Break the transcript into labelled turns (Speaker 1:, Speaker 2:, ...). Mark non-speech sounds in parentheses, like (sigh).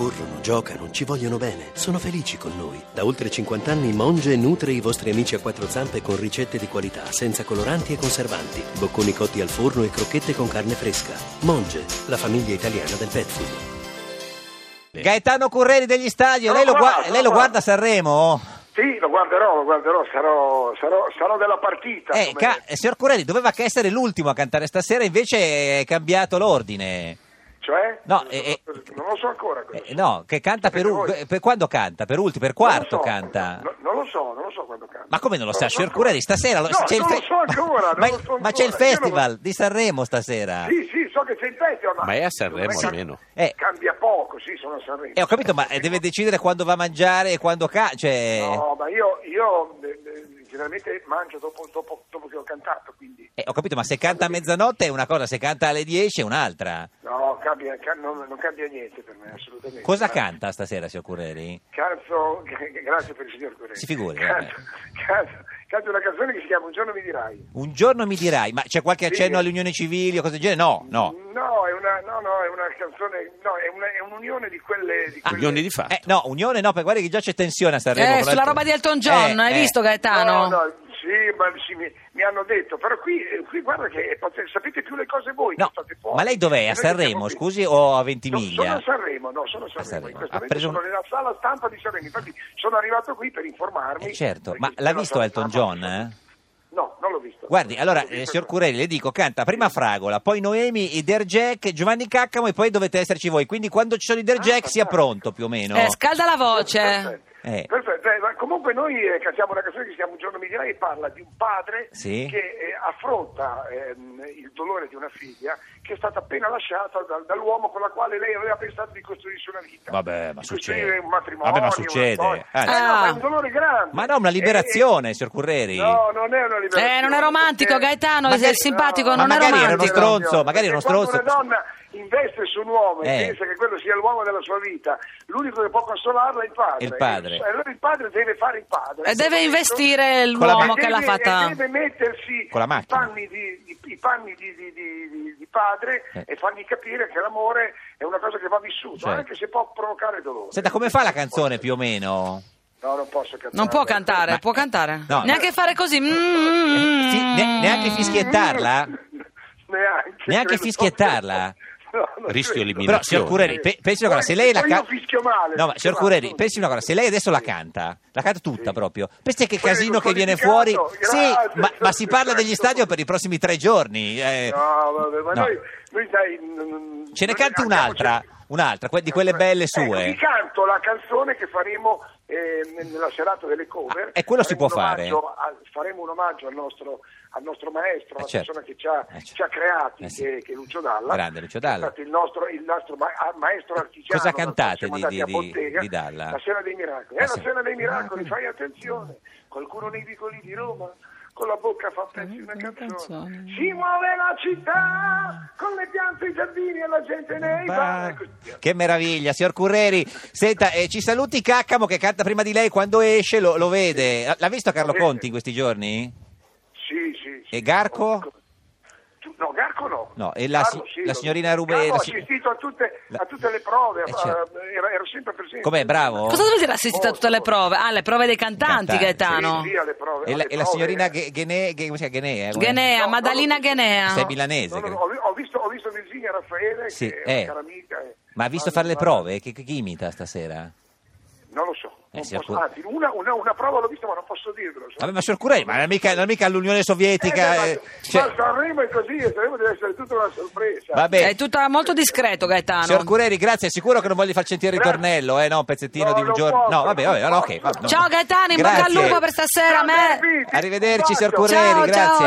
Speaker 1: Corrono, giocano, ci vogliono bene, sono felici con noi. Da oltre 50 anni Monge nutre i vostri amici a quattro zampe con ricette di qualità, senza coloranti e conservanti, bocconi cotti al forno e crocchette con carne fresca. Monge, la famiglia italiana del pet food.
Speaker 2: Gaetano Curreri degli Stadio,
Speaker 3: Sono
Speaker 2: lei lo,
Speaker 3: qua,
Speaker 2: gua-
Speaker 3: sono
Speaker 2: lei lo
Speaker 3: qua.
Speaker 2: guarda a Sanremo?
Speaker 3: Sì, lo guarderò, lo guarderò, sarò, sarò, sarò della partita.
Speaker 2: Eh,
Speaker 3: come-
Speaker 2: ca- signor Curreri, doveva che essere l'ultimo a cantare stasera, invece è cambiato l'ordine.
Speaker 3: Cioè?
Speaker 2: No,
Speaker 3: non,
Speaker 2: eh, eh,
Speaker 3: non lo so ancora. questo.
Speaker 2: Eh, no, che canta per,
Speaker 3: Sapete
Speaker 2: un-
Speaker 3: voi?
Speaker 2: per quando canta? Per ultimo, per
Speaker 3: Non lo
Speaker 2: quarto
Speaker 3: so,
Speaker 2: canta.
Speaker 3: no, non lo so, non lo so quando canta.
Speaker 2: Ma come non lo sa, signor
Speaker 3: ancora.
Speaker 2: Curreri? Stasera lo-
Speaker 3: No,
Speaker 2: c'è il
Speaker 3: non
Speaker 2: fe-
Speaker 3: lo so ancora.
Speaker 2: (laughs) ma,
Speaker 3: non lo so
Speaker 2: ma c'è il
Speaker 3: ancora. Io non lo-
Speaker 2: festival di Sanremo stasera.
Speaker 3: Sì, sì, so che c'è il festival. Ma,
Speaker 4: Ma è a Sanremo
Speaker 3: secondo me
Speaker 4: almeno.
Speaker 3: cam-
Speaker 2: Eh.
Speaker 3: Cambia poco, sì, sono a Sanremo.
Speaker 2: Eh, ho capito, ma eh, deve decidere quando va a mangiare e quando ca... Cioè...
Speaker 3: No, ma io, io eh, eh, generalmente mangio dopo, dopo- dopo che ho cantato, quindi...
Speaker 2: Eh, ho capito, ma se canta a mezzanotte è una cosa, se canta alle 10 è un'altra.
Speaker 3: No, cambia, ca- non, non cambia niente per me, assolutamente.
Speaker 2: Cosa
Speaker 3: Ma-
Speaker 2: canta stasera, signor Curreri?
Speaker 3: Canzo, (laughs) grazie per il signor Corelli.
Speaker 2: Si figuri, eh.
Speaker 3: Canto,
Speaker 2: vabbè.
Speaker 3: canto- canto una canzone che si chiama Un giorno mi dirai.
Speaker 2: Un giorno mi dirai, ma c'è qualche
Speaker 3: Sì.
Speaker 2: accenno all'unione civile o cose del genere? No, no.
Speaker 3: No, è una, no, no, è una canzone, no, è, una- è un'unione di quelle... Di quelle...
Speaker 4: Milioni di fatto.
Speaker 2: Eh, no, unione no, perché guarda che già c'è tensione a Sanremo.
Speaker 5: Eh, sulla roba di Elton John,
Speaker 2: Eh,
Speaker 5: hai
Speaker 2: eh.
Speaker 5: visto
Speaker 3: No,
Speaker 5: Gaetano?
Speaker 3: no, sì, ma sì, mi, mi hanno detto, però qui, eh, qui guarda che è poten- sapete più le cose voi.
Speaker 2: No,
Speaker 3: che state fuori.
Speaker 2: ma lei dov'è?
Speaker 3: E
Speaker 2: A
Speaker 3: noi che siamo
Speaker 2: Sanremo,
Speaker 3: qui.
Speaker 2: scusi, o a
Speaker 3: No, sono
Speaker 2: Ventimiglia?
Speaker 3: a Sanremo, no, sono a Sanremo.
Speaker 2: Sanremo.
Speaker 3: In questo
Speaker 2: Ha
Speaker 3: momento
Speaker 2: preso un-
Speaker 3: sono nella sala stampa di Sanremo, infatti sono arrivato qui per informarmi.
Speaker 2: Eh, certo,
Speaker 3: perché
Speaker 2: ma
Speaker 3: c'è
Speaker 2: l'ha
Speaker 3: la
Speaker 2: visto
Speaker 3: sala
Speaker 2: Elton
Speaker 3: stampa.
Speaker 2: John? eh?
Speaker 3: No, non l'ho visto.
Speaker 2: Guardi, allora,
Speaker 3: Non l'ho
Speaker 2: eh,
Speaker 3: visto.
Speaker 2: signor Curelli, le dico, canta prima Fragola, poi Noemi, i Der Jack, Giovanni Caccamo e poi dovete esserci voi. Quindi quando ci sono i Der
Speaker 3: Ah,
Speaker 2: Jack sia
Speaker 3: fantastico.
Speaker 2: pronto più o meno.
Speaker 5: Eh, scalda la voce.
Speaker 3: Perfetto.
Speaker 2: Eh.
Speaker 3: Perfetto. Eh, ma comunque noi eh, cantiamo una canzone che si chiama Un giorno mi dirai e parla di un padre
Speaker 2: Sì.
Speaker 3: che eh, affronta ehm, il dolore di una figlia che è stata appena lasciata dal- dall'uomo con la quale lei aveva pensato di costruirsi una vita.
Speaker 2: Vabbè, ma
Speaker 3: Di
Speaker 2: succede.
Speaker 3: costruire un matrimonio.
Speaker 2: Vabbè, ma
Speaker 3: una
Speaker 2: succede.
Speaker 3: storia.
Speaker 2: Ah.
Speaker 3: Eh, no, ma è un dolore grande.
Speaker 2: Ma no, una liberazione, signor
Speaker 3: Eh,
Speaker 2: Curreri.
Speaker 3: no, non è una liberazione.
Speaker 5: Eh, non è romantico,
Speaker 3: perché-
Speaker 5: Gaetano,
Speaker 2: Magari-
Speaker 5: è simpatico,
Speaker 2: Ma
Speaker 5: non è
Speaker 2: magari era uno
Speaker 5: romantico.
Speaker 2: stronzo, magari era uno
Speaker 3: Perché quando
Speaker 2: stronzo.
Speaker 3: una donna investe su un uomo e
Speaker 2: Eh.
Speaker 3: pensa che quello sia l'uomo della sua vita, l'unico che può consolarla è il padre.
Speaker 2: Il padre.
Speaker 3: E allora il padre deve fare il padre.
Speaker 5: E Eh, deve investire
Speaker 2: Con la
Speaker 5: l'uomo
Speaker 3: E
Speaker 5: che l'ha
Speaker 3: deve-
Speaker 5: fatta.
Speaker 3: e deve mettersi
Speaker 2: Con la
Speaker 3: i
Speaker 2: macchina.
Speaker 3: panni di, di- i panni di, di- di- di- di padre
Speaker 2: Eh.
Speaker 3: e fargli capire che l'amore è una cosa che va vissuta,
Speaker 2: Certo.
Speaker 3: anche se può provocare dolore.
Speaker 2: Senta, come fa la canzone più o meno?
Speaker 3: No, non posso cantare.
Speaker 5: Non può cantare,
Speaker 2: Ma-
Speaker 5: può cantare.
Speaker 2: No,
Speaker 5: Neanche fare così. mm,
Speaker 2: Fi- ne- neanche fischiettarla?
Speaker 3: (laughs) Neanche,
Speaker 2: Neanche
Speaker 3: credo.
Speaker 2: fischiettarla?
Speaker 3: (laughs) No, non
Speaker 4: Rischio
Speaker 3: credo.
Speaker 4: eliminazione.
Speaker 2: Però, signor Cureri, pe- pensi una cosa, se lei la
Speaker 3: Poi io
Speaker 2: canta...
Speaker 3: fischio male,
Speaker 2: No, ma
Speaker 3: fischio
Speaker 2: signor
Speaker 3: male.
Speaker 2: Cureri, pensi una cosa, se lei adesso la canta, la canta tutta proprio, pensi che
Speaker 3: Quello
Speaker 2: casino che viene fuori...
Speaker 3: codificato,
Speaker 2: Sì,
Speaker 3: grazie,
Speaker 2: ma, ma si parla degli
Speaker 3: certo.
Speaker 2: stadio per i prossimi tre giorni. eh.
Speaker 3: No, vabbè, ma
Speaker 2: No.
Speaker 3: noi, noi dai,
Speaker 2: Ce ne
Speaker 3: non- noi cioè,
Speaker 2: canti
Speaker 3: andiamoci-
Speaker 2: un'altra, un'altra, que- di quelle belle
Speaker 3: Ecco, vi
Speaker 2: sue.
Speaker 3: canto la canzone che faremo eh, nella serata delle cover.
Speaker 2: Ah, e quello si
Speaker 3: Faremo
Speaker 2: può
Speaker 3: un
Speaker 2: fare?
Speaker 3: omaggio a- faremo un omaggio al nostro, al nostro maestro,
Speaker 2: Eh,
Speaker 3: alla
Speaker 2: certo.
Speaker 3: persona che ci ha,
Speaker 2: Eh, certo.
Speaker 3: ci ha creati,
Speaker 2: Eh, sì.
Speaker 3: che, che è Lucio Dalla.
Speaker 2: Grande Lucio Dalla. Eh,
Speaker 3: Che È stato il nostro, il nostro ma- ah, maestro artigiano.
Speaker 2: Cosa cantate
Speaker 3: Siamo
Speaker 2: di-
Speaker 3: andati
Speaker 2: di-
Speaker 3: a
Speaker 2: di-
Speaker 3: bottega,
Speaker 2: di Dalla?
Speaker 3: La Sera dei Miracoli.
Speaker 2: Ah,
Speaker 3: È la
Speaker 2: sì.
Speaker 3: Sera dei Miracoli, fai attenzione. Qualcuno nei vicoli di Roma... Con la bocca fa pezzi una
Speaker 5: una
Speaker 3: canzone.
Speaker 5: canzone.
Speaker 3: Si muove la città con le piante, i giardini e la gente nei bar. E così via.
Speaker 2: Che meraviglia, signor Curreri. Senta, eh, ci saluti Caccamo che canta prima di lei, quando esce lo, lo vede. L'ha visto Carlo
Speaker 3: Sì.
Speaker 2: Conti in questi giorni?
Speaker 3: Sì, sì, sì.
Speaker 2: E Garco?
Speaker 3: Tu- No, Garco no.
Speaker 2: No, e la
Speaker 3: Garco
Speaker 2: si-
Speaker 3: sì,
Speaker 2: la
Speaker 3: lo-
Speaker 2: signorina Rube-
Speaker 3: Garco
Speaker 2: la
Speaker 3: ho
Speaker 2: si-
Speaker 3: assistito a tutte,
Speaker 2: La-
Speaker 3: a tutte le prove,
Speaker 2: Eh, certo.
Speaker 3: eh, ero, ero sempre presente.
Speaker 2: Com'è, bravo?
Speaker 5: Cosa vuol dire assistita a tutte le
Speaker 3: Molto.
Speaker 5: prove? Ah, le prove dei cantanti,
Speaker 2: Cantanti.
Speaker 5: Gaetano.
Speaker 3: Sì, sì, alle prove.
Speaker 2: E
Speaker 3: alle
Speaker 2: la, e la
Speaker 3: prove. eh.
Speaker 2: signorina Ghe- Ghenè, Ghe- come si chiama? Ghenè, eh? Come-
Speaker 5: Ghenea,
Speaker 3: No, no,
Speaker 5: Maddalena
Speaker 3: no.
Speaker 5: Ghenea.
Speaker 2: Sei milanese.
Speaker 3: No, no,
Speaker 2: credo.
Speaker 3: no, ho, vi- ho visto, ho visto Virginia Raffaele,
Speaker 2: Sì,
Speaker 3: che è una
Speaker 2: eh.
Speaker 3: cara amica. e-
Speaker 2: Ma ha visto fare le
Speaker 3: ma-
Speaker 2: prove? Che, che- chi imita stasera?
Speaker 3: Non lo so.
Speaker 2: Eh,
Speaker 3: non
Speaker 2: signor
Speaker 3: posso-
Speaker 2: Cur-
Speaker 3: anzi, una, una- una prova l'ho vista, ma non posso dirvelo.
Speaker 2: Vabbè, ma signor Curreri, ma non è mica, non è mica all'Unione
Speaker 3: Eh,
Speaker 2: Sovietica.
Speaker 3: ma-
Speaker 2: eh, cioè-
Speaker 3: Ma Sanremo è così, e Sanremo deve essere tutta una sorpresa.
Speaker 2: Va bene.
Speaker 5: È tutta molto discreto,
Speaker 2: Signor
Speaker 5: Gaetano.
Speaker 2: Cureri, grazie, è sicuro che non voglio far sentire il
Speaker 3: Grazie.
Speaker 2: ritornello, eh, no, un pezzettino
Speaker 3: No,
Speaker 2: di un
Speaker 3: non
Speaker 2: giorno.
Speaker 3: posso,
Speaker 2: No, vabbè, vabbè,
Speaker 3: non
Speaker 2: allora, ok.
Speaker 3: posso.
Speaker 2: va- no.
Speaker 5: Ciao Gaetano, in bocca al
Speaker 2: Grazie.
Speaker 5: lupo per stasera. a me-
Speaker 3: Ciao, Davide,
Speaker 2: Arrivederci, signor
Speaker 3: un bacio.
Speaker 2: Curreri,
Speaker 5: Ciao, ciao.
Speaker 2: grazie.